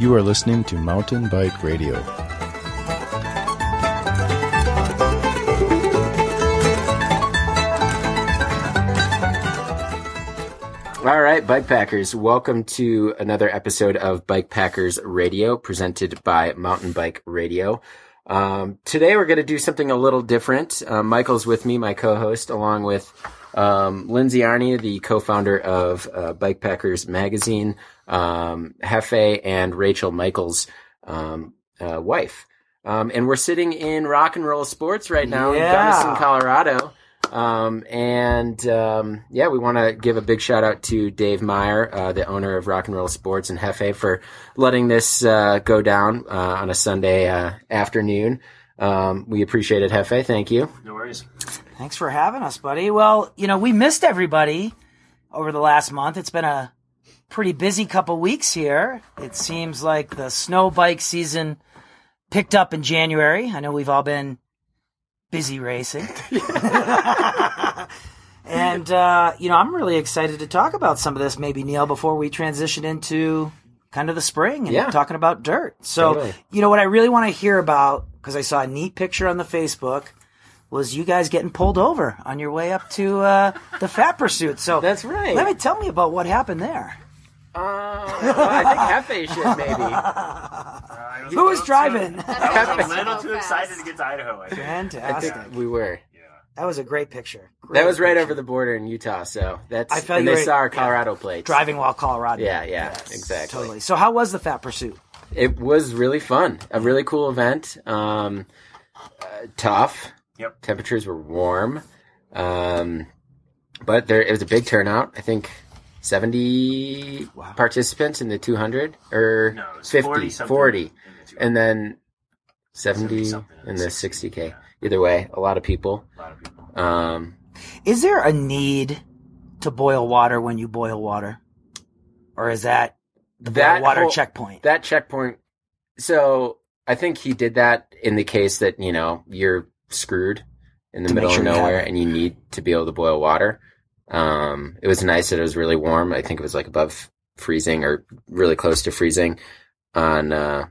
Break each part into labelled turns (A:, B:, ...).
A: You are listening to Mountain Bike Radio.
B: All right, Bike Packers, welcome to another episode of Bike Packers Radio presented by Mountain Bike Radio. Um, today we're going to do something a little different. Uh, Michael's with me, my co-host, along with um, Lindsay Arney, the co-founder of uh, Bike Packers Magazine, um, Hefe, and Rachel Michaels' um, uh, wife. Um, and we're sitting in Rock and Roll Sports right now
C: Yeah.
B: in Gunnison, Colorado. Um, and um, yeah, we want to give a big shout out to Dave Meyer, uh, the owner of Rock and Roll Sports, and Hefe for letting this uh, go down uh, on a Sunday uh, afternoon. Um, we appreciate it, Hefe. Thank you.
D: No worries.
C: Thanks for having us, buddy. Well, you know, we missed everybody over the last month. It's been a pretty busy couple weeks here. It seems like the snow bike season picked up in January. I know we've all been busy racing. and, uh, you know, I'm really excited to talk about some of this, maybe, Neil, before we transition into kind of the spring and
B: Yeah.
C: talking about dirt. So,
B: Totally.
C: you know, what I really want to hear about, because I saw a neat picture on the Facebook was you guys getting pulled over on your way up to uh, the fat pursuit. So
B: That's right.
C: Let me tell me about what happened there.
B: Uh, I think Hefe should maybe.
C: Who was driving?
D: I was a
E: So
D: little too
E: fast.
D: excited to get to Idaho. I think.
B: I
C: Fantastic.
B: think we were.
C: That was a great picture. Great
B: That was right
C: picture.
B: over the border in Utah, so that's
C: I felt
B: and
C: you
B: they
C: were-
B: saw our Colorado plates.
C: driving while Colorado.
B: Yeah, yeah, exactly.
C: Totally. So how was the fat pursuit?
B: It was really fun. A really cool event. Um, uh, tough.
D: Yep.
B: Temperatures were warm. Um, but there it was a big turnout. I think 70 participants in the 200 or
D: No, it was
B: 50,
D: 40
B: 40,
D: something in the 200.
B: and then 70
D: 70-something
B: in
D: in
B: the
D: the
B: 60k. Either way, a lot of people.
D: A lot of people.
B: Um,
C: Is there a need to boil water when you boil water, or is that the boil
B: That
C: water
B: whole-
C: checkpoint?
B: that checkpoint so i think he did that in the case that you know you're screwed in the
C: To make
B: middle
C: sure
B: of
C: you have
B: nowhere
C: it.
B: and you need to be able to boil water um it was nice that it was really warm i think it was like above freezing or really close to freezing on uh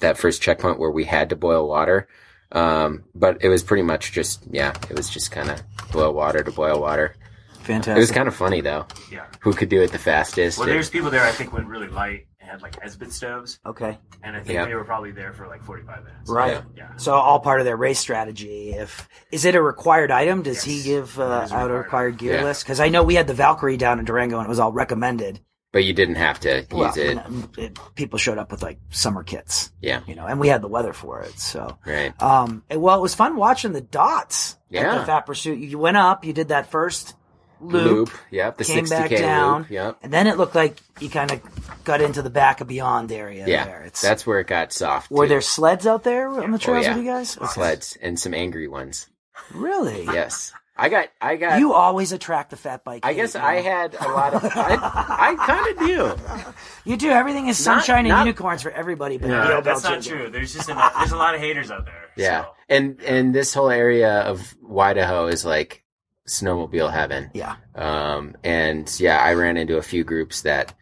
B: that first checkpoint where we had to boil water um but it was pretty much just yeah it was just kind of boil water to boil water
C: Fantastic.
B: it was kind of funny though
D: Yeah.
B: who could do it the fastest
D: Well,
B: and-
D: there's people there I think went really light and had like Esbit stoves,
C: okay.
D: and I think
B: Yeah.
D: they were probably there for like 45 minutes.
C: Right.
D: Yeah. Uh,
C: So all part of their race strategy. If is it a required item? Does he
D: Yes.
C: give
D: It
C: uh,
D: is
C: out a
D: required.
C: required gear
B: Yeah.
C: list? Because I know we had the Valkyrie down in Durango and it was all recommended.
B: but you didn't have to use
C: Well,
B: it
C: n- it- people showed up with like summer kits,
B: yeah
C: you know, and we had the weather for it. So,
B: right
C: um, and, well, it was fun watching the dots. at
B: Yeah.
C: the fat pursuit. You went up, you did that first loop,
B: loop. Yep, the
C: came
B: 60k
C: back down,
B: loop. Yep.
C: and then it looked like you kind of got into the back of Beyond area.
B: Yeah,
C: there. It's,
B: that's where it got soft.
C: were
B: too. Oh,
C: there sleds out there on the trails
B: yeah.
C: with you guys? Okay.
B: sleds and some angry ones?
C: Really?
B: Yes, I got. I got.
C: You always attract the fat bike.
B: I
C: hate,
B: guess
C: you
B: I
C: know?
B: had a lot of. I, I kind of do.
C: You do everything is sunshine and
B: not-
C: unicorns for everybody, but
D: No,
C: Neil
D: that's
C: Belcher.
D: not true. There's just enough, there's a lot of haters out there.
B: Yeah,
D: so.
B: and and this whole area of Idaho is like snowmobile heaven.
C: Yeah.
B: Um, and yeah, I ran into a few groups that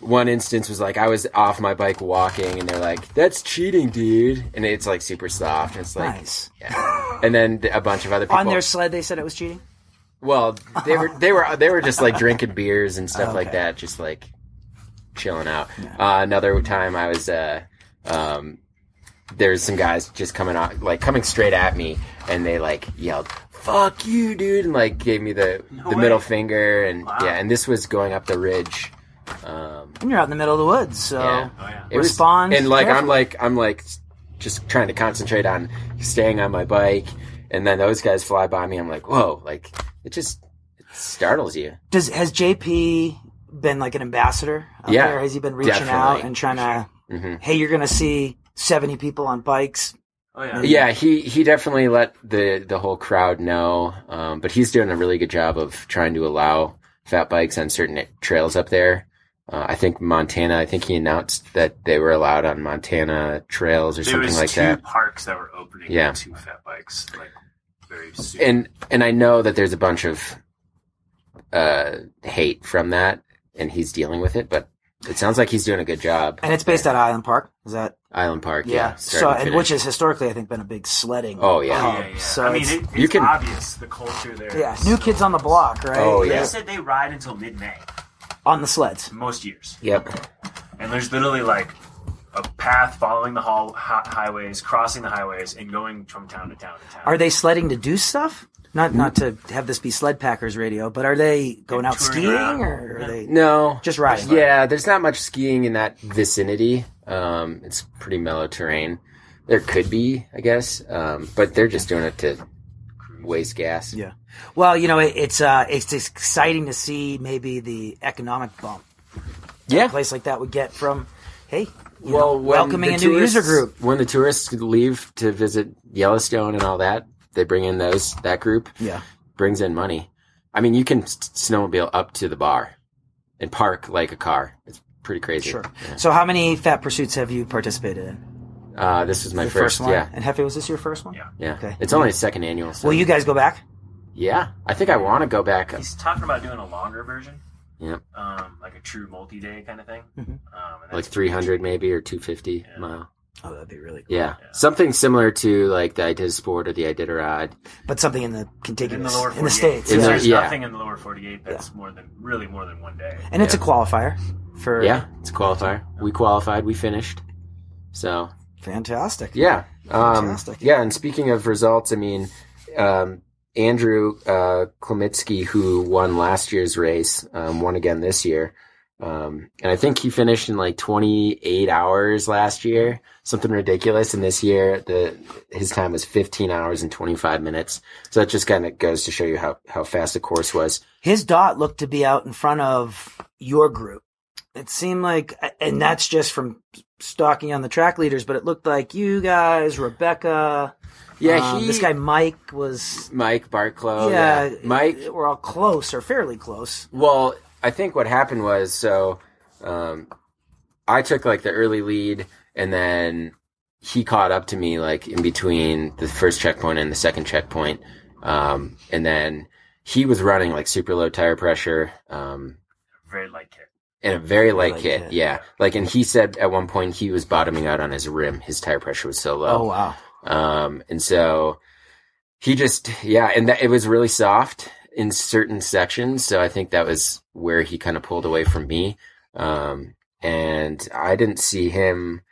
B: one instance was like, I was off my bike walking and they're like, that's cheating, dude. And it's like super soft. And it's like,
C: nice.
B: yeah. And then a bunch of other people
C: On their sled, they said it was cheating.
B: Well, they were they were they were just like drinking beers and stuff like
C: Okay.
B: that, just like chilling out. Uh, another time, I was uh, um, there's some guys just coming out like coming straight at me, and they like yelled "fuck you, dude," and like gave me the the
D: way.
B: middle finger, and yeah, and this was going up the ridge. Um,
C: And you're out in the middle of the woods, so
B: Yeah.
D: Oh, yeah.
B: it was-
C: Respond
B: and like I'm
C: carefully.
B: like I'm like just trying to concentrate on staying on my bike, and then those guys fly by me. I'm like, whoa, like it just it startles you.
C: does has JP been like an ambassador? Out
B: Yeah,
C: there? has he been reaching out
B: definitely.
C: and trying to?
B: Mhm.
C: Hey, you're gonna see seventy people on bikes.
D: Oh, yeah.
B: Yeah, he he definitely let the the whole crowd know, um, but he's doing a really good job of trying to allow fat bikes on certain trails up there. Uh, I think Montana. I think he announced that they were allowed on Montana trails or
D: There
B: something
D: was
B: like
D: two
B: that.
D: parks that were opening
B: Yeah.
D: yeah. two fat bikes like very soon.
B: And and I know that there's a bunch of uh, hate from that, and he's dealing with it. But It sounds like he's doing a good job.
C: and it's based at Island Park. Is that
B: Island Park. Yeah.
C: yeah?
B: start
C: so,
B: to
C: and
B: finish.
C: which has historically, I think, been a big sledding.
B: Oh, yeah.
C: hub.
D: Yeah, yeah.
C: So
D: I mean,
C: it's-
D: it, it's
B: you can-
D: obvious the culture there.
C: yeah,
D: is
C: new
D: so-
C: kids on the block, right?
B: Oh,
D: They
B: yeah.
D: said they ride until mid-May
C: on the sleds.
D: most years,
B: Yep.
D: and there's literally like a path following the hall, hi- highways, crossing the highways, and going from town to town to town.
C: Are they sledding to do stuff? Not not to have this be sled packers radio, but are they going out
D: touring
C: skiing
D: around.
C: or are they
B: No.
C: just riding?
B: Yeah, there's not much skiing in that vicinity. Um, it's pretty mellow terrain. There could be, I guess, um, but they're just doing it to waste gas.
C: Yeah. Well, you know, it, it's uh, it's exciting to see maybe the economic bump a
B: yeah.
C: place like that would get from, hey, you
B: Well,
C: know,
B: when
C: welcoming
B: the
C: a new
B: tourists-
C: user group.
B: When the tourists leave to visit Yellowstone and all that, they bring in those that group
C: Yeah.
B: brings in money. I mean, you can s- snowmobile up to the bar and park like a car. It's pretty crazy.
C: Sure. So, how many fat pursuits have you participated in?
B: Uh, this was my
C: Your
B: first,
C: one.
B: yeah,
C: And Hefe, was this your first one?
D: Yeah.
B: yeah.
C: Okay.
B: It's only a second annual. So.
C: Will you guys go back?
B: Yeah, I think I want to go back.
D: He's talking about doing a longer version,
B: Yeah.
D: um, like a true multi-day kind of thing,
C: Mhm.
D: um, and
B: like
D: that's
B: 300 maybe or 250 mile.
C: Oh, that'd be really cool.
B: Yeah. something similar to like the Iditarod or the Iditarod.
C: But something in the
D: in the
C: contiguous,
D: lower
C: in
D: 48.
C: the states.
B: In the-
D: Because
C: yeah.
D: There's
B: yeah.
D: nothing in the lower 48 that's more than really more than one day.
C: And it's a qualifier for.
B: Yeah, it's a qualifier. We qualified. We finished. So
C: Fantastic.
B: yeah, um,
C: Fantastic.
B: yeah. And speaking of results, I mean, um, Andrew uh, Klimitsky, who won last year's race, um, won again this year. Um, and I think he finished in like 28 hours last year, something ridiculous. And this year, the his time was 15 hours and 25 minutes. So that just kind of goes to show you how how fast the course was.
C: his dot looked to be out in front of your group. It seemed like, and that's just from stalking on the track leaders, but it looked like you guys, Rebecca,
B: Yeah,
C: um,
B: he,
C: this guy Mike was,
B: Mike Barklow.
C: yeah,
B: Yeah, Mike.
C: we're all close or fairly close.
B: Well, I think what happened was so um, I took like the early lead, and then he caught up to me like in between the first checkpoint and the second checkpoint, um, and then he was running like super low tire pressure. Um,
D: Very light kick.
B: and a very light
C: light
B: kit,
C: kit.
B: yeah. Like, and he said at one point he was bottoming out on his rim. His tire pressure was so low.
C: Oh, wow.
B: Um, and so he just, yeah, and that, it was really soft in certain sections. So I think that was where he kind of pulled away from me. Um, and I didn't see him.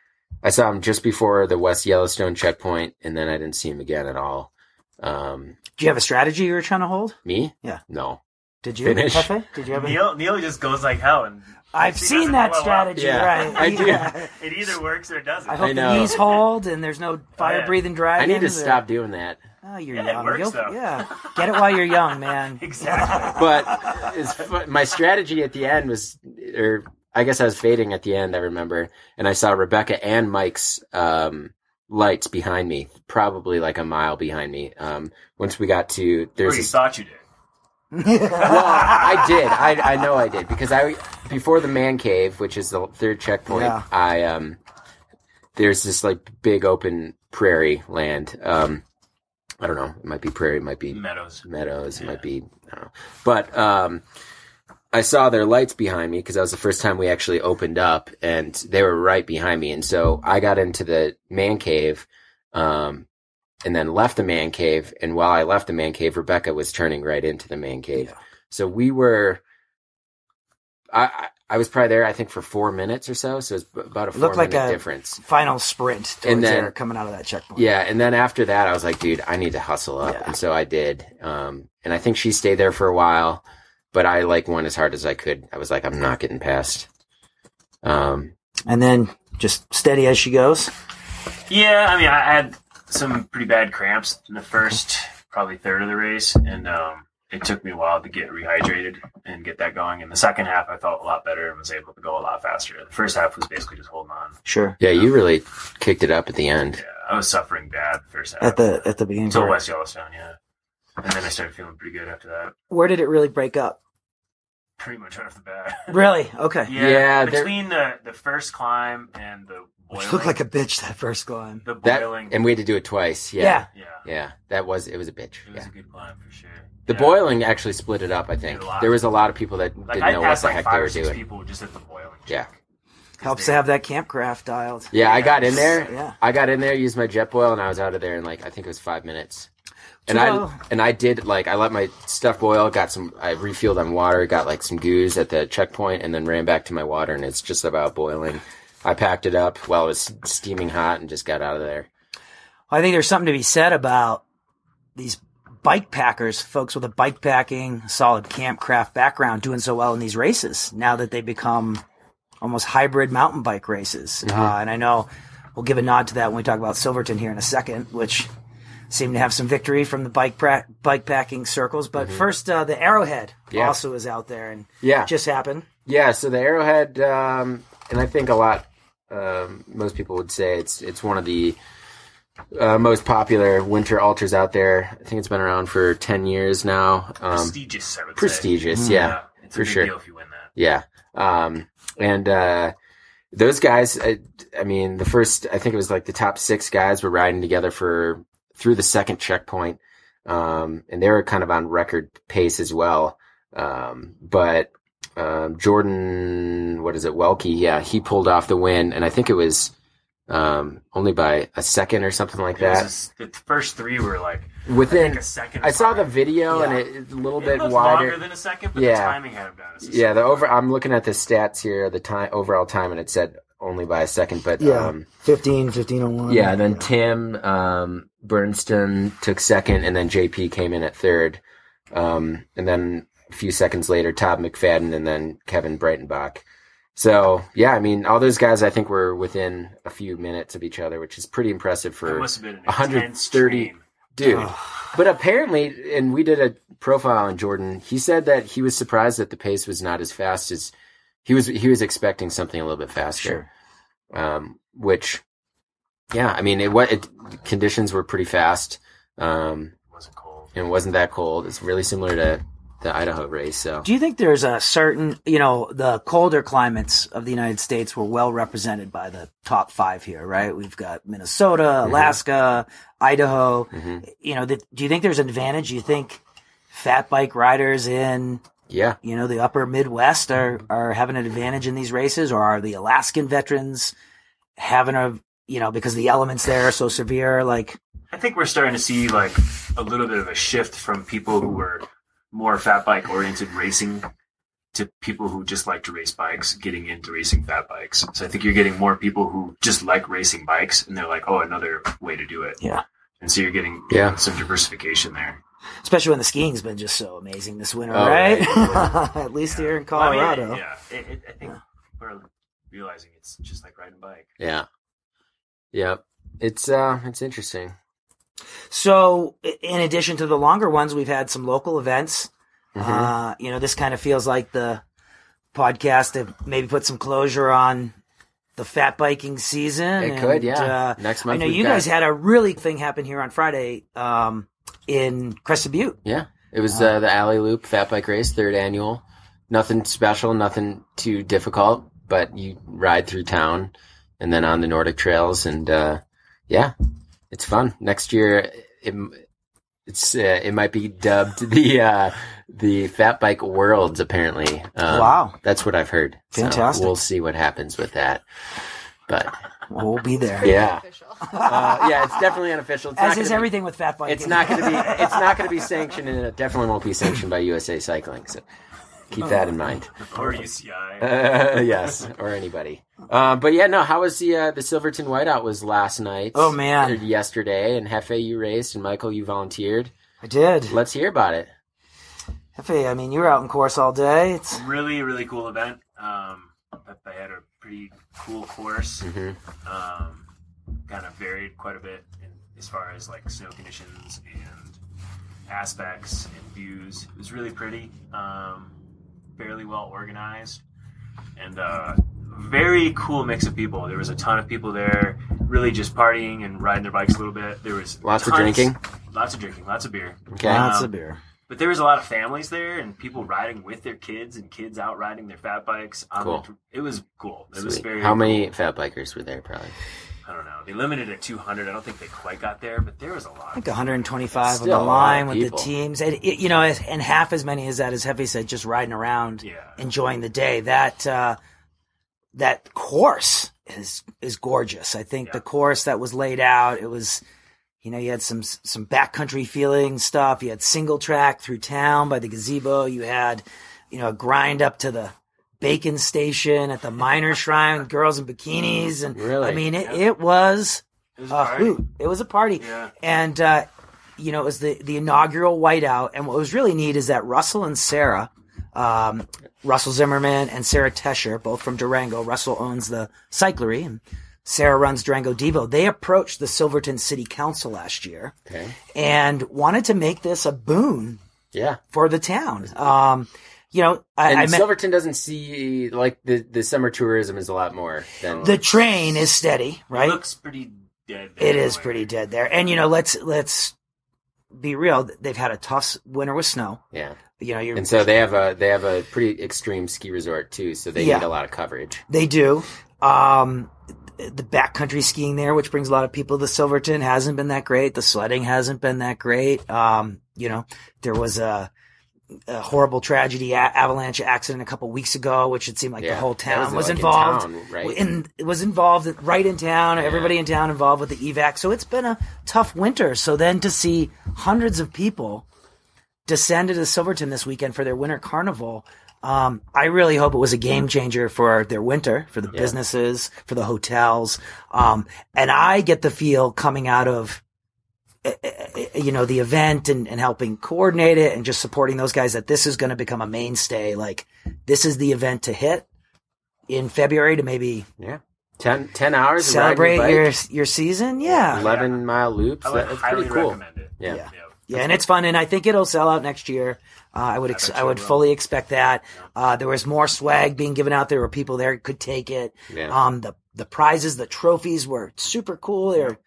B: I saw him just before the West Yellowstone checkpoint, and then I didn't see him again at all. Um,
C: Do you have a strategy you were trying to hold?
B: me?
C: Yeah.
B: No.
C: Did you,
B: Finish.
C: Pepe? Did you have any?
D: Neil Neil just goes like hell, and
C: I've
D: She
C: seen
D: doesn't
C: that
D: blow up.
C: strategy,
B: Yeah,
C: right?
B: I do.
C: Yeah.
D: it either works or it doesn't.
C: I
B: I
C: hope the
B: know.
C: knees hold and there's no fire breathing
B: I
C: dragons.
B: need to
C: or-
B: stop doing that.
C: Oh, you're
D: Oh, Yeah, it
C: young.
D: works,
C: You'll-
D: though.
C: yeah. Get it while you're young, man.
D: exactly.
B: But it's, fu- my strategy at the end was, or I guess I was fading at the end, I remember. And I saw Rebecca and Mike's um, lights behind me, probably like a mile behind me. Um, once we got to,
D: Or
B: there's
D: you
B: this,
D: thought you did.
B: well, I did. I, I know I did because I, before the man cave, which is the third checkpoint,
C: Yeah.
B: I, um, there's this like big open prairie land. Um, I don't know. It might be prairie, it might be
D: Meadows.
B: Meadows. It might be, I don't know. But um, I saw their lights behind me because that was the first time we actually opened up, and they were right behind me. And so I got into the man cave, um, and then left the man cave. And while I left the man cave, Rebecca was turning right into the man cave.
C: Yeah.
B: So we were. I, I I was probably there, I think, for four minutes or so. So it's b- about a four
C: Looked like
B: minute
C: a-
B: difference.
C: final sprint towards
B: And then-
C: there coming out of that checkpoint.
B: Yeah, and then after that, I was like, dude, I need to hustle up,
C: Yeah.
B: and so I did. Um, and I think she stayed there for a while, but I like went as hard as I could. I was like, I'm not getting past. Um,
C: And then just steady as she goes.
D: Yeah, I mean, I had some pretty bad cramps in the first probably third of the race, and um, it took me a while to get rehydrated and get that going. In the second half, I felt a lot better and was able to go a lot faster. The first half was basically just holding on.
C: Sure.
B: yeah, you really kicked it up at the end.
D: Yeah, I was suffering bad the first half.
C: At the at the beginning.
D: until West Yellowstone, yeah, and then I started feeling pretty good after that.
C: Where did it really break up?
D: Pretty much right off the bat.
C: Really? Okay.
D: Yeah,
B: Yeah, they're-
D: between the, the first climb and the boiling,
C: Which looked like a bitch that first climb.
D: the
B: That
D: boiling.
B: and we had to do it twice. Yeah,
C: Yeah.
B: yeah,
D: yeah,
B: that was it was a bitch.
D: it was
B: Yeah.
D: a good climb for sure.
B: The
D: Yeah.
B: boiling actually split it up. I think
D: Did a lot.
B: there was a lot of people that
D: Like
B: didn't
D: I
B: know what
D: passed
B: the
D: like
B: heck
D: five
B: they
D: or
B: were
D: six
B: doing.
D: people just at the boiling.
B: Yeah,
C: Helps to have that campcraft dialed.
B: Yeah, I got in there.
C: Yeah.
B: I got in there, used my Jetboil, and I was out of there in like I think it was five minutes. And
C: Well-
B: I and I did like I let my stuff boil, got some I refueled on water, got like some goose at the checkpoint, and then ran back to my water, and it's just about boiling. I packed it up while it was steaming hot and just got out of there.
C: I think there's something to be said about these bike packers, folks with a bike packing, solid campcraft background, doing so well in these races now that they become almost hybrid mountain bike races.
B: Mm-hmm.
C: Uh, and I know we'll give a nod to that when we talk about Silverton here in a second, which seemed to have some victory from the bike pra- bike packing circles. But first, uh, the Arrowhead
B: Mm-hmm. Yeah.
C: also is out there and
B: Yeah.
C: just happened.
B: Yeah, so the Arrowhead, um, and I think a lot, um, most people would say it's it's one of the uh, most popular winter altars out there. I think it's been around for ten years now. Um,
D: prestigious, I would say.
B: prestigious, yeah,
D: it's
B: for
D: a big
B: sure.
D: deal if you win that.
B: yeah. Um, and uh, those guys, I, I mean, the first, I think it was like the top six guys were riding together for through the second checkpoint, um, and they were kind of on record pace as well. Um, but um, Jordan, what is it, Welke? Yeah, he pulled off the win, and I think it was um, only by a second or something like
D: It was
B: that.
D: just- the first three were like
B: Within,
D: a second.
B: I saw the
D: apart.
B: video,
C: Yeah.
B: and it, it's a little
D: It
B: bit
D: looked
B: wider.
D: longer than a second, but
B: Yeah.
D: the timing had him down. as a
B: Yeah, the over. I'm looking at the stats here. The time overall time, and it said only by a second, but yeah, um,
C: 15, 1501.
B: yeah. Then Tim um, Bernstein took second, and then JP came in at third, um, and then a few seconds later, Todd McFadden, and then Kevin Breitenbach. So yeah, I mean, all those guys, I think were within a few minutes of each other, which is pretty impressive
D: second.
B: for
D: It must have been an
B: 130
D: intense dream.
B: dude. But apparently, and we did a profile on Jordan. He said that he was surprised that the pace was not as fast as he was. He was expecting something a little bit faster. Um, which, yeah, I mean, it what it, conditions were pretty fast. Um,
D: It wasn't cold.
B: and it wasn't that cold. It's really similar to the Idaho race. So
C: Do you think there's a certain, you know, the colder climates of the United States were well represented by the top five here, right? We've got Minnesota,
D: Mm-hmm.
C: Alaska, Idaho.
B: Mm-hmm.
C: You know, th- do you think there's an advantage? You think fat bike riders in,
B: yeah,
C: you know, the upper Midwest are, are having an advantage in these races or are the Alaskan veterans having a, you know, because the elements there are so severe, like,
D: I think we're starting to see like a little bit of a shift from people who were more fat bike oriented racing to people who just like to race bikes getting into racing fat bikes. So I think you're getting more people who just like racing bikes and they're like, oh, another way to do it.
C: Yeah.
D: And so you're getting
B: Yeah.
D: some diversification there.
C: especially when the skiing's been just so amazing this winter,
B: Oh,
C: right?
B: right.
C: At least
D: Yeah.
C: here in
D: Well, I mean,
C: Colorado.
D: yeah. It, it, I think we're realizing it's just like riding a bike.
B: yeah, yeah. It's uh, it's interesting.
C: So, i- in addition to the longer ones, we've had some local events.
B: Mhm.
C: Uh, you know, this kind of feels like the podcast to maybe put some closure on the fat biking season.
B: It could,
C: and,
B: yeah.
C: uh,
B: Next
C: I
B: month,
C: know
B: we've
C: you
B: got-
C: guys had a really thing happen here on Friday um, in Crested Butte.
B: Yeah, it was uh, the Alley Loop Fat Bike Race, third annual. Nothing special, nothing too difficult, but you ride through town and then on the Nordic trails, and uh, yeah, it's fun. Next year, it, it's uh, it might be dubbed the uh, the Fat Bike Worlds. Apparently, um,
C: Wow.
B: that's what I've heard. So
C: Fantastic.
B: we'll see what happens with that, but
C: We'll be there.
B: yeah, uh, yeah, it's definitely unofficial. It's not
C: As
B: gonna
C: is
B: be-
C: everything with fat biking.
B: it's not going to be. It's not going to be sanctioned, and it definitely won't be sanctioned by USA Cycling. So keep that in mind.
D: Or UCI.
B: Uh, yes, or anybody. Uh, but yeah, no. How was the uh, the Silverton Whiteout? Was last night?
C: Oh, man.
B: or yesterday. And Hefe, you raced, and Michael, you volunteered.
C: I did.
B: Let's hear about it.
C: Hefe, I mean, you were out in course all day. It's
D: really really cool event um that they had a pretty cool course
B: Mhm.
D: um kind of varied quite a bit in, as far as like snow conditions and aspects and views it was really pretty um fairly well organized and uh very cool mix of people. There was a ton of people there, really just partying and riding their bikes a little bit. There was
B: Lots of
D: tons-
B: drinking?
D: lots of drinking, lots of beer.
B: Okay.
C: lots
D: Um,
C: of beer.
D: But there was a lot of families there and people riding with their kids and kids out riding their fat bikes. on
B: Cool.
D: the- it was cool. It was
B: Sweet.
D: very.
B: How many fat bikers were there? Probably.
D: I don't know. They limited it at 200. I don't think they quite got there, but there was a lot.
C: I think 125
B: Still a lot
C: on the line
B: of
C: with the
B: people.
C: teams, and it, you know, as- and half as many as that, as Heavy said, just riding around,
D: Yeah.
C: enjoying the day. That uh, that course is is gorgeous. I think the course that was laid out, it was you know, you had some some backcountry feeling stuff. You had single track through town by the gazebo. You had, you know, a grind up to the bacon station at the miner shrine, girls in bikinis, and
B: Really?
C: I mean, it, it was
D: It was
C: a
D: alright.
C: hoot. It was a party,
D: Yeah.
C: and uh, you know, it was the the inaugural whiteout. And what was really neat is that Russell and Sarah, um, Russell Zimmerman and Sarah Tesher, both from Durango. Russell owns the cyclery, and Sarah runs Durango Devo. They approached the Silverton City Council last year
B: Okay.
C: and wanted to make this a boon
B: Yeah.
C: for the town. Um, you know, I,
B: And
C: I met
B: Silverton doesn't see like the, the summer tourism is a lot more than
C: the train is steady,
D: It
C: right?
D: looks pretty dead.
C: It is pretty dead there, and you know, let's let's be real. They've had a tough s- winter with snow.
B: yeah.
C: You know, you're,
B: And so they have a they have a pretty extreme ski resort too, so they
C: Yeah.
B: need a lot of coverage.
C: They do. Um, the backcountry skiing there, which brings a lot of people to Silverton, hasn't been that great. The sledding hasn't been that great. Um, you know, there was a, a horrible tragedy, a- avalanche accident a couple weeks ago, which it seemed like
B: Yeah,
C: the whole
B: that
C: town was,
B: was, like, in
C: involved.
B: town, right?
C: In, it was involved right in town. Everybody in town involved with the evac. So it's been a tough winter. So then to see hundreds of people descended to Silverton this weekend for their winter carnival. Um, I really hope it was a game changer for their winter, for the businesses, for the hotels. Um, and I get the feel coming out of, eh, eh, eh, you know, the event and, and helping coordinate it and just supporting those guys that this is going to become a mainstay. Like this is the event to hit in February to maybe
B: Yeah. 10, 10 hours of riding
C: celebrate
B: your
C: your,
B: bike,
C: your season. Yeah.
B: eleven mile loops.
D: Oh, I would
B: That- that's
D: highly
B: pretty cool.
D: recommend it.
B: Yeah.
C: Yeah. Yeah, and it's fun, and I think it'll sell out next year. Uh, I would, ex-
D: bet
C: I
D: you
C: would
D: it will.
C: fully expect that. Uh, there was more swag being given out. There were people there who could take it.
B: Yeah.
C: Um, the the prizes, the trophies were super cool. They were,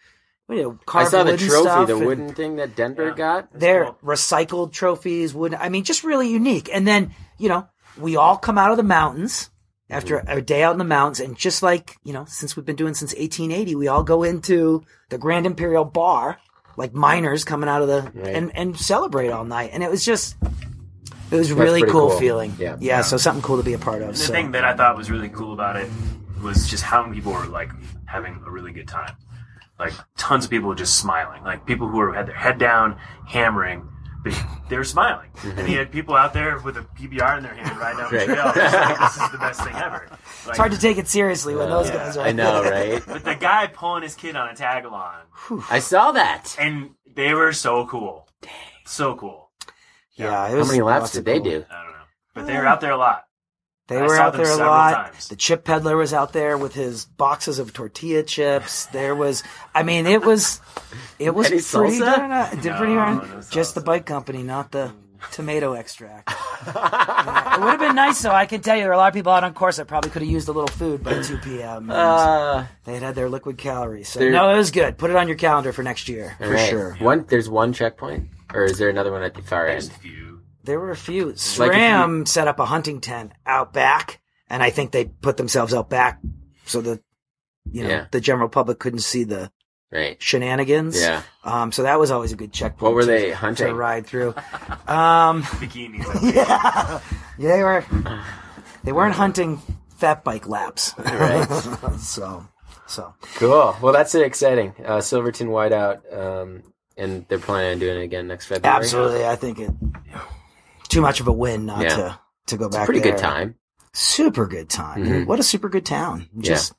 C: you know,
B: I
C: carved
B: saw the
C: wooden
B: trophy,
C: stuff
B: the
C: and-
B: wooden thing that Denver got.
C: they're
D: cool.
C: recycled trophies, wooden. I mean, just really unique. And then, you know, we all come out of the mountains after
B: Mm-hmm.
C: a day out in the mountains. And just like, you know, since we've been doing since 1880, we all go into the Grand Imperial Bar, like miners coming out of the,
B: Right.
C: and, and celebrate all night. And it was just, it was really
B: pretty
C: cool,
B: cool.
C: feeling.
B: Yeah.
C: yeah. So something cool to be a part of.
D: The
C: so.
D: thing that I thought was really cool about it was just how many people were like having a really good time. Like tons of people were just smiling. Like people who were had their head down, hammering, but they were smiling.
C: Mm-hmm.
D: And you had people out there with a PBR in their hand riding down the
B: Right.
D: trail. Just like, this is the best thing ever. Like,
C: it's hard to take it seriously when those
B: Yeah,
C: guys are.
B: I know, right?
D: but the guy pulling his kid on a tag along,
B: I saw that.
D: and they were so cool. Dang, so cool.
C: yeah. It
B: How
C: was
B: many laps
C: lots of
B: did they
C: cool.
B: do?
D: I don't know, but they were out there a lot.
C: They
D: I
C: were
D: saw
C: out
D: them
C: there a
D: several
C: lot.
D: times.
C: The chip peddler was out there with his boxes of tortilla chips. There was, I mean, it was, it was
B: Any salsa?
C: pretty, no, no, no, it did pretty hard.
D: no
C: Just the bike company, not the tomato extract. Yeah, it would have been nice though. I can tell you, there were a lot of people out on course that probably could have used a little food by 2 p.m. and
B: Uh,
C: they had had their liquid calories. So
B: There-
C: no, it was good. Put it on your calendar for next year for
B: right.
C: sure.
B: One there's one checkpoint, or is there another one at the far
D: There's
B: end?
D: a few.
C: There were a few.
B: Like if you-
C: SRAM set up a hunting tent out back, and I think they put themselves out back so that you know
B: Yeah.
C: the general public couldn't see the
B: Right.
C: shenanigans.
B: Yeah.
C: Um. So that was always a good checkpoint.
B: What were
C: to-
B: they
C: to
B: hunting?
C: ride through? Um.
D: bikinis.
C: Yeah. Yeah. They were. They weren't hunting fat bike laps.
B: Right.
C: so. So.
B: Cool. Well, that's it. Exciting. Uh, Silverton Whiteout, um, and they're planning on doing it again next February.
C: Absolutely, I think it. Too much of a win not
B: Yeah.
C: to to go
B: It's a
C: back.
B: pretty
C: there.
B: good time.
C: super good time.
B: Mhm.
C: What a super good town. Just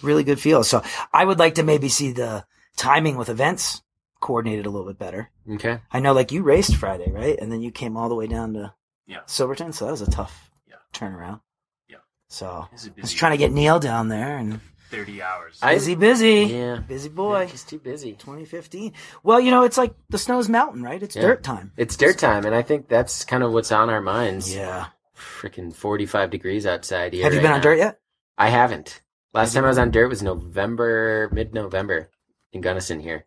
C: really good feel. So I would like to maybe see the timing with events coordinated a little bit better.
B: Okay.
C: I know like you raced Friday, right? And then you came all the way down to
D: Yeah.
C: Silverton, so that was a tough
D: Yeah.
C: turnaround.
D: Yeah.
C: So I
D: This is busy.
C: was trying to get Neil down there and
D: Thirty hours.
B: I-
C: busy busy.
B: Yeah.
C: Busy boy.
B: He's too busy.
C: 2015. Well, you know, it's like the snow's melting, right? It's
B: Yeah.
C: dirt time.
B: It's dirt time, and I think that's kind of what's on our minds.
C: Yeah.
B: Freaking 45 degrees outside here.
C: Have you
B: right
C: been on
B: now.
C: dirt yet?
B: I haven't. Last time I was on dirt was November, mid-November, in Gunnison here.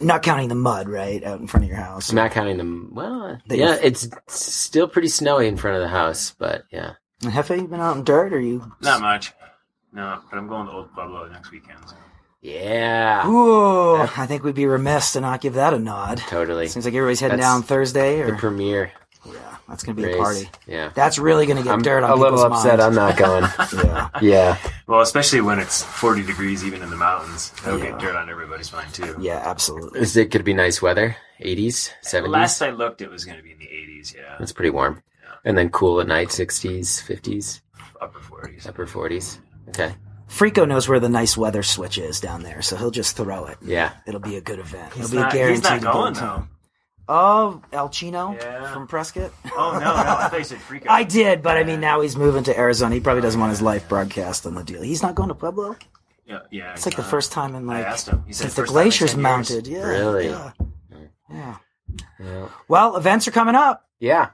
C: Not counting the mud, right? Out in front of your house.
B: So not counting them. Well,
C: That
B: yeah,
C: you've-
B: it's still pretty snowy in front of the house, but yeah.
C: And Hefe, you been out in dirt or you
D: Not much. No, but I'm going to Old Pueblo next weekend. So.
B: Yeah.
C: Ooh, I think we'd be remiss to not give that a nod.
B: Totally.
C: Seems like everybody's heading
B: That's
C: down Thursday, or
B: Premier
C: yeah, that's gonna be
B: race.
C: a party.
B: Yeah.
C: That's really gonna get
B: I'm
C: dirt on
B: a little
C: people's
B: upset
C: minds.
B: I'm not going.
C: yeah,
B: yeah.
D: Well, especially when it's 40 degrees even in the mountains. That'll
B: Yeah.
D: get dirt on everybody's mind, too.
C: Yeah, absolutely.
B: Is it going to be nice weather? 80s, 70s?
D: Last I looked, it was going to be in the 80s, yeah.
B: That's pretty warm. And then cool at night, 60s, 50s,
D: Upper 40s.
B: upper 40s. Okay.
C: Frico knows where the nice weather switch is down there, so he'll just throw it.
B: Yeah.
C: It'll be a good event. It'll
D: He's
C: be
D: not,
C: a guaranteed
D: he's not going,
C: good time.
D: though.
C: Oh, El Chino
D: Yeah.
C: from Prescott.
D: Oh, no, no. I thought you said freak out.
C: I did, but I mean now he's moving to Arizona. He probably doesn't want his life broadcast on the deal. He's not going to Pueblo.
D: Yeah, yeah.
C: It's like the
D: uh,
C: first time in
D: I
C: like
D: asked him. He said
C: since the
D: first time in
C: glaciers
D: 10 years.
C: mounted. Yeah,
B: Really?
C: Yeah. yeah.
B: Yeah.
C: Well, events are coming up.
B: Yeah.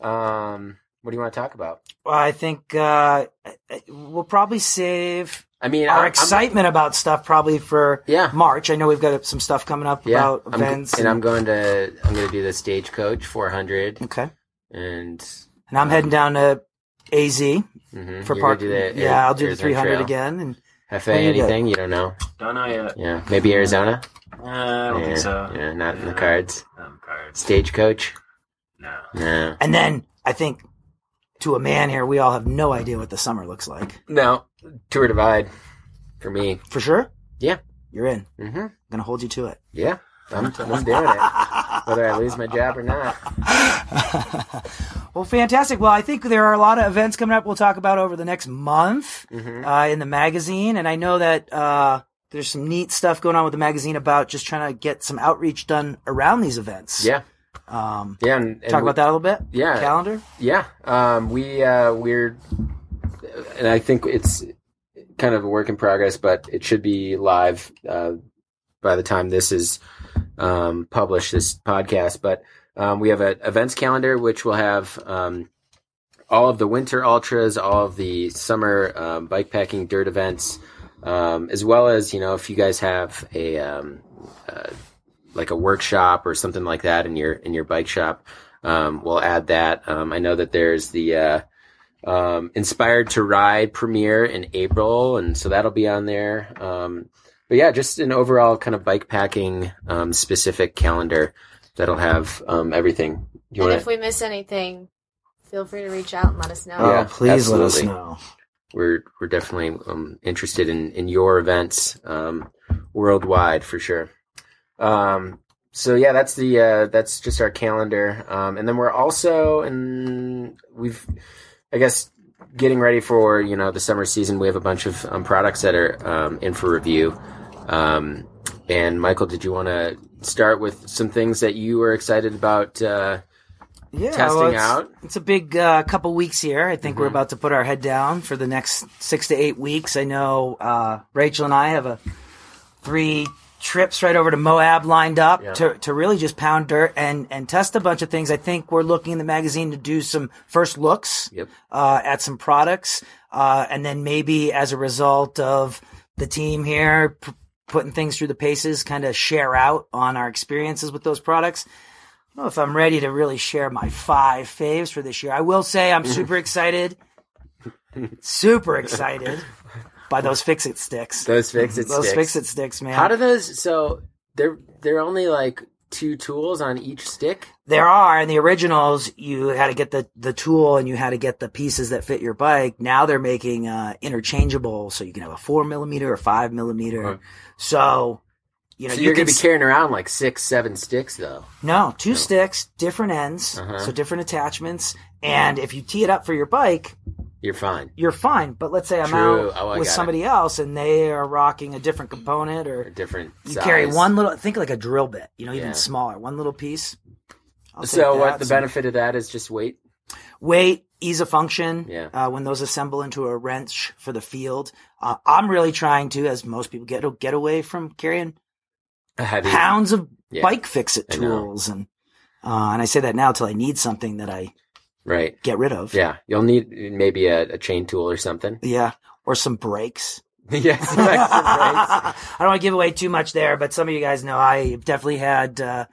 B: Um, what do you want to talk about?
C: Well, I think uh, we'll probably save
B: I mean,
C: our
B: I'm-
C: excitement about stuff probably for
B: Yeah.
C: March. I know we've got some stuff coming up
B: I'm, yeah.
C: about
B: I'm-
C: events.
B: and I'm going to, I'm going to do the stagecoach 400
C: okay.
B: and,
C: And I'm heading down to AZ
B: mhm,
C: for
B: you're gonna
C: part.
B: do the Ari-
C: yeah, I'll do the
B: Arizona
C: 300
B: Trail.
C: again. And
B: Hefe,
C: Where you go?
B: anything? You don't know?
D: Don't know yet.
B: Yeah. Maybe Arizona?
D: Uh, I don't
B: yeah.
D: think so.
B: Yeah, not in the
D: Yeah.
B: cards.
D: Um, cards.
B: Stagecoach?
D: No.
B: No.
C: and then I think to a man here, we all have no idea what the summer looks like.
B: No. Tour Divide for me.
C: For sure.
B: Yeah.
C: You're in. I'm
B: Mm-hmm.
C: gonna hold you to it.
B: Yeah. I'm, I'm doing it. Whether I lose my job or not.
C: Well, fantastic. Well, I think there are a lot of events coming up we'll talk about over the next month
B: Mm-hmm.
C: uh, in the magazine. And I know that uh, there's some neat stuff going on with the magazine about just trying to get some outreach done around these events.
B: Yeah.
C: Um,
B: Yeah. And, and
C: talk
B: we-
C: about that a little bit?
B: Yeah.
C: Calendar?
B: Yeah, um, we uh, we're, and I think it's kind of a work in progress, but it should be live uh, by the time this is um, published. This podcast, but um, we have an events calendar which will have um, all of the winter ultras, all of the summer um, bikepacking dirt events, um, as well as you know if you guys have a um, uh, like a workshop or something like that in your in your bike shop um, we'll add that. Um, I know that there's the uh, um, Inspired to Ride premiere in April, and so that'll be on there. Um, but yeah, just an overall kind of bike packing um, specific calendar that'll have um, everything. You
E: and
B: want
E: if we miss anything, feel free to reach out and let us know.
B: Yeah,
C: oh, please let us
B: absolutely.
C: know.
B: we're we're definitely um, interested in in your events um, worldwide for sure. Um, so yeah, that's the uh, that's just our calendar, um, and then we're also in we've I guess getting ready for you know the summer season. We have a bunch of um, products that are um, in for review. Um, and Michael, did you want to start with some things that you were excited about? Uh,
C: Yeah,
B: Testing
C: well, it's,
B: out? Mm-hmm.
C: It's a big uh, couple weeks here. I think we're about to put our head down for the next six to eight weeks. I know uh, Rachel and I have a three trips right over to Moab lined up to, to really just pound dirt and, and test a bunch of things. I think we're looking in the magazine to do some first looks
B: Yep.
C: uh, at some products, uh, and then maybe as a result of the team here p- putting things through the paces, kind of share out on our experiences with those products. I don't know if I'm ready to really share my five faves for this year. I will say I'm super excited, super excited by those fix it sticks.
B: those fix it
C: Those
B: sticks.
C: fix it sticks, man.
B: How do those? So they're they're only like two tools on each stick.
C: there are in the originals you had to get the the tool and you had to get the pieces that fit your bike now they're making uh interchangeable so you can have a four millimeter or five millimeter
B: Right.
C: so you know
B: Uh-huh. So
C: you
B: you're
C: can
B: gonna be
C: s-
B: carrying around like six, seven sticks though.
C: no two sticks different ends
B: Uh-huh.
C: so different attachments and if you tee it up for your bike
B: You're fine.
C: you're fine but let's say i'm
B: True.
C: out
B: Oh, I
C: with
B: got it.
C: somebody else and they are rocking a different component or
B: They're different.
C: you carry
B: size.
C: one little think like a drill bit you know even
B: Yeah.
C: smaller one little piece I'll
B: So
C: take
B: what
C: that.
B: the
C: So-
B: benefit of that is just weight.
C: weight, ease of function.
B: Yeah.
C: Uh, when those assemble into a wrench for the field, uh, I'm really trying to, as most people get, get away from carrying
B: A heavy.
C: pounds of
B: Yeah.
C: bike fix it
B: I know.
C: tools, and uh, and I say that now till I need something that I
B: Right.
C: get rid of.
B: Yeah. You'll need maybe a, a chain tool or something.
C: Yeah. Or some brakes.
B: yes. Extra brakes.
C: I don't want to give away too much there, but some of you guys know I definitely had, uh,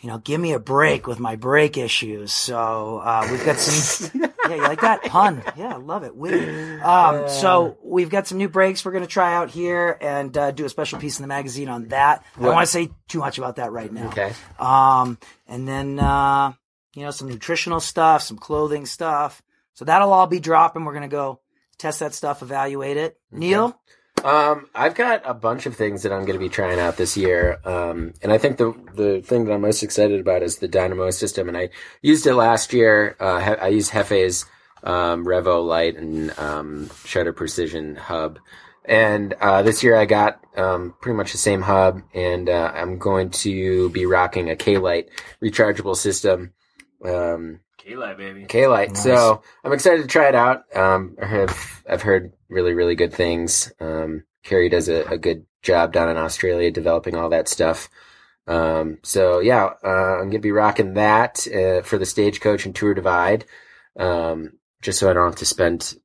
C: you know, give me a break with my brake issues. So uh, we've got some. yeah, you like that pun? Yeah, I love it. Witty. Um, so we've got some new brakes we're going to try out here and uh, do a special piece in the magazine on that. I don't want to say too much about that right now.
B: Okay.
C: Um, and then, uh, you know, some nutritional stuff, some clothing stuff. So that'll all be dropping. We're going to go test that stuff, evaluate it. Neil,
B: Um, I've got a bunch of things that I'm going to be trying out this year, um, and I think the the thing that I'm most excited about is the Dynamo system. And I used it last year. Uh, He- I used Hefe's um, Revo Light and um, Shutter Precision Hub, and uh, this year I got um, pretty much the same hub, and uh, I'm going to be rocking a K Light rechargeable system. Um,
D: Kayla, baby.
B: K Light.
C: Nice.
B: So I'm excited to try it out. Um, I have I've heard really really good things. Um, Carrie does a, a good job down in Australia developing all that stuff. Um, so yeah, uh, I'm gonna be rocking that uh, for the stagecoach and tour divide. Um, just so I don't have to spend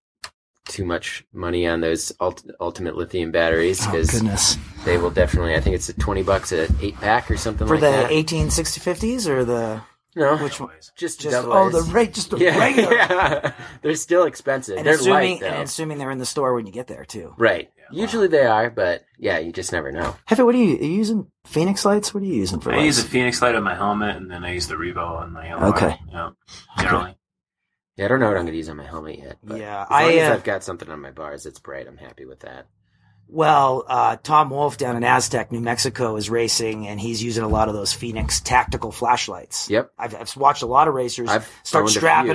B: too much money on those ult- ultimate lithium batteries
C: oh,
B: because
C: goodness,
B: they will definitely. I think it's a twenty bucks a eight pack or something
C: for
B: like
C: the
B: that.
C: eighteen sixty fifties or the
B: no,
C: which one?
D: Always.
B: just,
C: Just
B: double
C: oh,
B: A's.
C: the rate, just the
B: yeah,
C: regular.
B: yeah. they're still expensive.
C: And
B: they're
C: assuming,
B: light though.
C: and assuming they're in the store when you get there too.
B: Right. Usually they are, but yeah, you just never know.
C: Hefe, what are you, are you using? Phoenix lights? What are you using for?
D: I
C: lights?
D: use a Phoenix light on my helmet, and then I use the Revo on my helmet.
C: Okay.
D: Yeah. Generally.
B: Yeah, I don't know what I'm going to use on my helmet yet. But
C: Yeah,
B: as long
C: I,
B: as
C: uh,
B: I've got something on my bars that's bright, I'm happy with that.
C: Well, uh, Tom Wolf down in Aztec, New Mexico, is racing, and he's using a lot of those Phoenix tactical flashlights.
B: Yep.
C: I've, I've watched a lot of racers
B: I've
C: start
B: owned a
C: strapping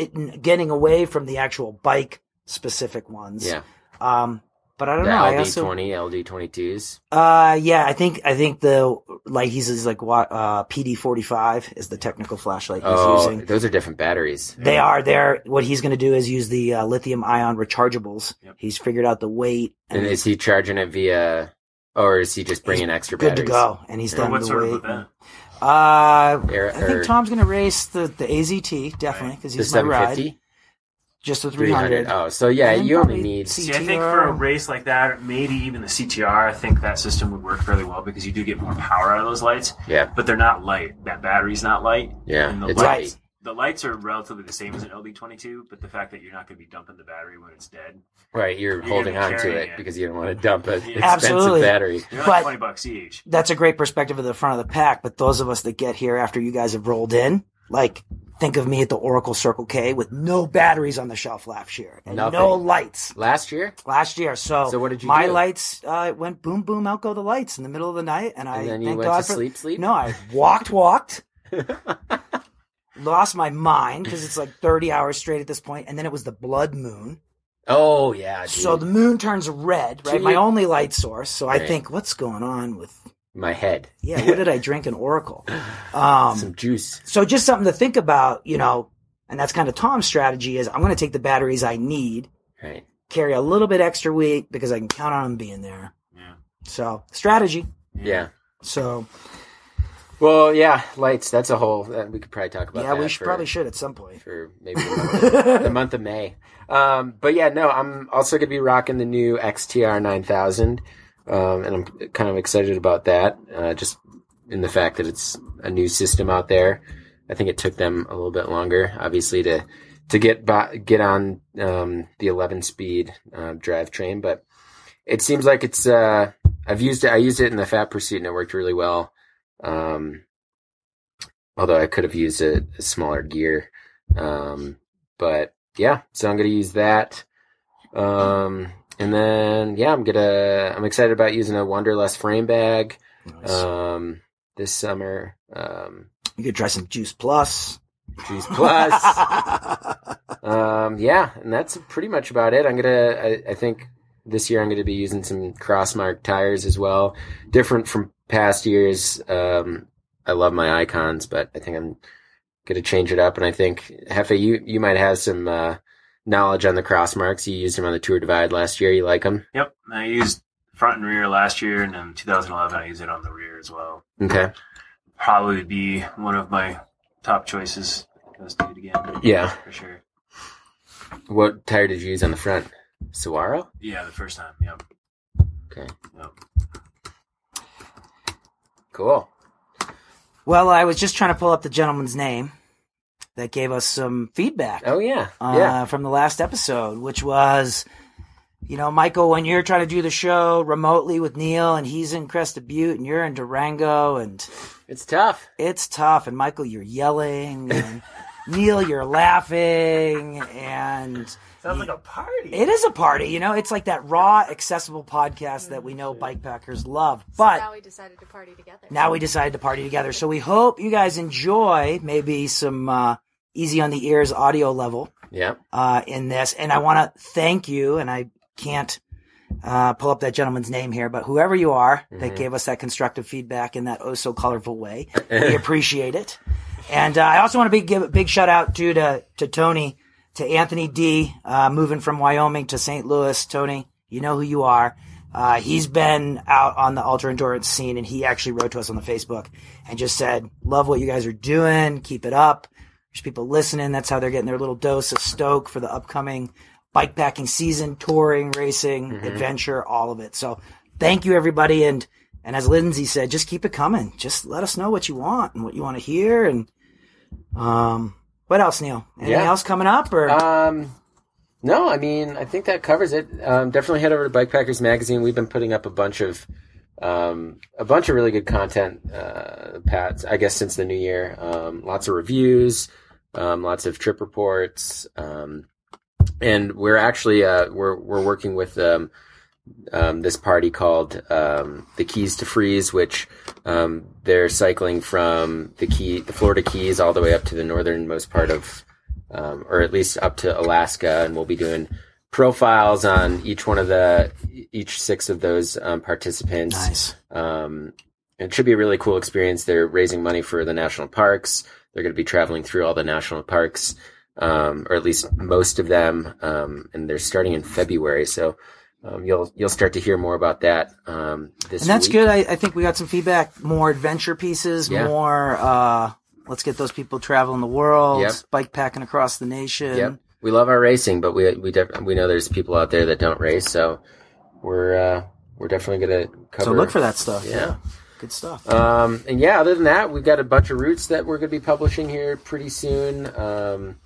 B: few.
C: them, getting away from the actual bike specific ones.
B: Yeah,
C: Um, but I
B: the
C: don't know. I also,
B: LD20, LD22s.
C: uh, yeah, I think I think the like he's is like what uh, PD forty five is the technical flashlight he's
B: Oh,
C: using.
B: those are different batteries.
C: They are there. What he's going to do is use the uh, lithium ion rechargeables.
D: Yep.
C: He's figured out the weight
B: And is he charging it via, or is he just bringing extra
C: good
B: batteries?
C: to go, and he's
B: Yeah.
C: done
D: What
C: the
D: sort
C: weight.
D: of event?
C: Uh,
B: Air-
C: I think
B: or-
C: Tom's going to race the, the AZT definitely
D: Right.
C: because
B: The
C: he's my ride.
B: 750?
C: Just the
B: 300.
C: 300.
B: Oh, so yeah,
C: And
B: you only
C: probably
B: need.
C: see-
D: See, I think for a race like that, or maybe even the CTR, I think that system would work fairly well because you do get more power out of those lights,
B: Yeah,
D: but they're not light. That battery's not light.
B: yeah.
D: and the
B: It's
C: light.
D: lights, the lights are relatively the same as an LD22, but the fact that you're not going to be dumping the battery when it's dead,
B: Right, you're,
D: gonna
B: holding
D: be
B: on to
D: carrying
B: it,
D: it.
B: because you don't want to dump an expensive
C: Absolutely.
B: battery.
D: they're like
C: But-
D: 20 bucks each.
C: That's a great perspective of the front of the pack, but those of us that get here after you guys have rolled in, like, think of me at the Oracle Circle K with no batteries on the shelf last year and
B: Nothing.
C: no lights
B: Last year?
C: last year. So,
B: So what did you
C: my
B: do?
C: lights uh, it went boom, boom, out go the lights in the middle of the night, and I
B: And then you
C: thank
B: went
C: God
B: to
C: for
B: sleep, sleep?
C: No, I walked, walked. Lost my mind because it's like 30 hours straight at this point, and then it was the blood moon.
B: Oh, yeah. Dude.
C: So the moon turns red, right?
B: Gee.
C: My only light source. So I
B: Right.
C: think, what's going on with?
B: My head.
C: Yeah, what did I drink in Oracle? Um,
B: Some juice.
C: so just something to think about, you know. And that's kind of Tom's strategy: is I'm going to take the batteries I need,
B: Right.
C: carry a little bit extra weight because I can count on them being there.
D: Yeah.
C: So strategy.
B: yeah.
C: So
B: Well, yeah, lights. That's a whole. Uh, we could probably talk about.
C: yeah,
B: that
C: we should,
B: for,
C: probably should at some point.
B: for maybe the month, of, the month of May. Um, but yeah, no, I'm also gonna be rocking the new XTR 9000, um, and I'm kind of excited about that. Uh, just in the fact that it's a new system out there. I think it took them a little bit longer, obviously, to to get by, get on um, the 11 speed um, drivetrain, but it seems like it's uh I've used it I used it in the fat pursuit and it worked really well. Um although I could have used a, a smaller gear. Um but yeah, so I'm gonna use that. Um and then yeah, I'm gonna I'm excited about using a Wanderlust frame bag um this summer. Um
C: you could try some Juice Plus.
B: Juice Plus. Um, yeah, and that's pretty much about it. I'm gonna, I, I think this year I'm gonna be using some Crossmark tires as well, different from past years. Um, I love my icons, but I think I'm gonna change it up. And I think Hefe, you you might have some uh, knowledge on the Crossmarks. You used them on the Tour Divide last year. You like them?
D: Yep. And I used front and rear last year, and in 2011, I used it on the rear as well.
B: Okay.
D: Probably be one of my top choices. Let's do it again.
B: Yeah.
D: For sure.
B: What tire did you use on the front? Saguaro.
D: Yeah, the first time. Yep.
B: Okay.
D: Yep.
B: Cool.
C: well, I was just trying to pull up the gentleman's name that gave us some feedback
B: Oh yeah.
C: uh,
B: yeah.
C: from the last episode, which was, you know, Michael, when you're trying to do the show remotely with Neil and he's in Crested Butte and you're in Durango and
B: It's tough.
C: it's tough. And Michael, you're yelling. And Neil, you're laughing. And
F: Sounds like a party.
C: It is a party, you know. It's like that raw, accessible podcast that we know bikepackers love. But
E: now we decided to party together.
C: now we decided to party together. So we hope you guys enjoy maybe some uh, easy on the ears audio level
B: Yeah.
C: uh, in this. And I want to thank you. And I can't uh, pull up that gentleman's name here, but whoever you are that gave us that constructive feedback in that oh so colorful way, we appreciate it. And uh, I also want to be, give a big shout out too to to Tony, to Anthony D, uh, moving from Wyoming to St. Louis. Tony, you know who you are. Uh, he's been out on the ultra endurance scene, and he actually wrote to us on the Facebook and just said, "Love what you guys are doing. Keep it up." There's people listening. That's how they're getting their little dose of stoke for the upcoming bikepacking season, touring, racing, adventure, all of it. So thank you everybody. And, and as Lindsay said, just keep it coming. Just let us know what you want and what you want to hear. And, um, what else, Neil? Anything
B: Yeah.
C: else coming up or?
B: Um, no, I mean, I think that covers it. Um, definitely head over to Bikepackers Magazine. We've been putting up a bunch of um, a bunch of really good content, uh, Pat. I guess since the new year, um, lots of reviews, um, lots of trip reports, um, and we're actually uh, we're we're working with um, um, this party called um, the Keys to Freeze, which um, they're cycling from the key the Florida Keys all the way up to the northernmost part of um, or at least up to Alaska, and we'll be doing profiles on each one of the each six of those um, participants.
C: nice.
B: Um, it should be a really cool experience. They're raising money for the national parks. They're going to be traveling through all the national parks, um, or at least most of them. Um, and they're starting in February, so um, you'll you'll start to hear more about that. Um, this
C: And that's
B: week.
C: good. I, I think we got some feedback, more adventure pieces,
B: Yeah.
C: more, uh, let's get those people traveling the world,
B: Yep.
C: bike packing across the nation.
B: Yep. We love our racing, but we we def- we know there's people out there that don't race, so we're uh, we're definitely going to cover.
C: So look for that stuff.
B: Yeah.
C: Good stuff.
B: Um, and yeah, other than that, we've got a bunch of routes that we're going to be publishing here pretty soon. Um,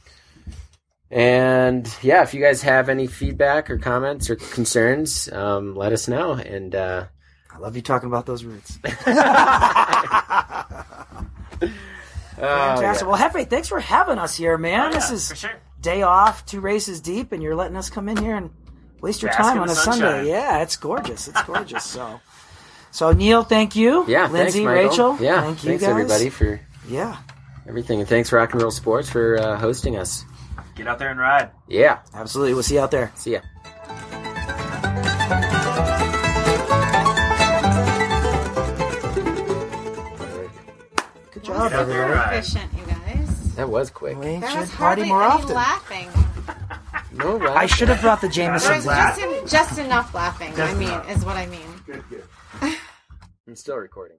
B: and yeah, if you guys have any feedback or comments or concerns, um, let us know. And uh,
C: I love you talking about those roots.
B: oh,
C: Fantastic. Well, Hefe, thanks for having us here, man. this
D: Yeah,
C: is
D: for sure.
C: day off, two races deep, and you're letting us come in here and waste your
D: Bask
C: time
D: in
C: on
D: the
C: a Sunday.
D: sunshine.
C: Yeah, it's gorgeous. It's gorgeous. so, so Neil, thank you.
B: yeah. Yeah,
C: Lindsay,
B: thanks, Michael.
C: Rachel,
B: Yeah,
C: thank you
B: thanks
C: guys.
B: everybody for
C: Yeah,
B: everything, and thanks Rock and Roll Sports for uh, hosting us.
D: Get out there and ride.
B: Yeah,
C: absolutely. We'll see you out there.
B: see ya.
C: Good job,
D: Get out there and
C: everyone.
D: ride.
G: efficient, you guys.
B: That was quick.
C: We
G: There was
C: should party
G: hardly any
C: more often.
G: laughing.
B: No, Rob.
C: I should have brought the
G: There
C: Jameson
G: was
C: glass.
G: just, en- just enough laughing.
D: Just
G: I mean,
D: enough.
G: is what I mean.
B: I'm still recording.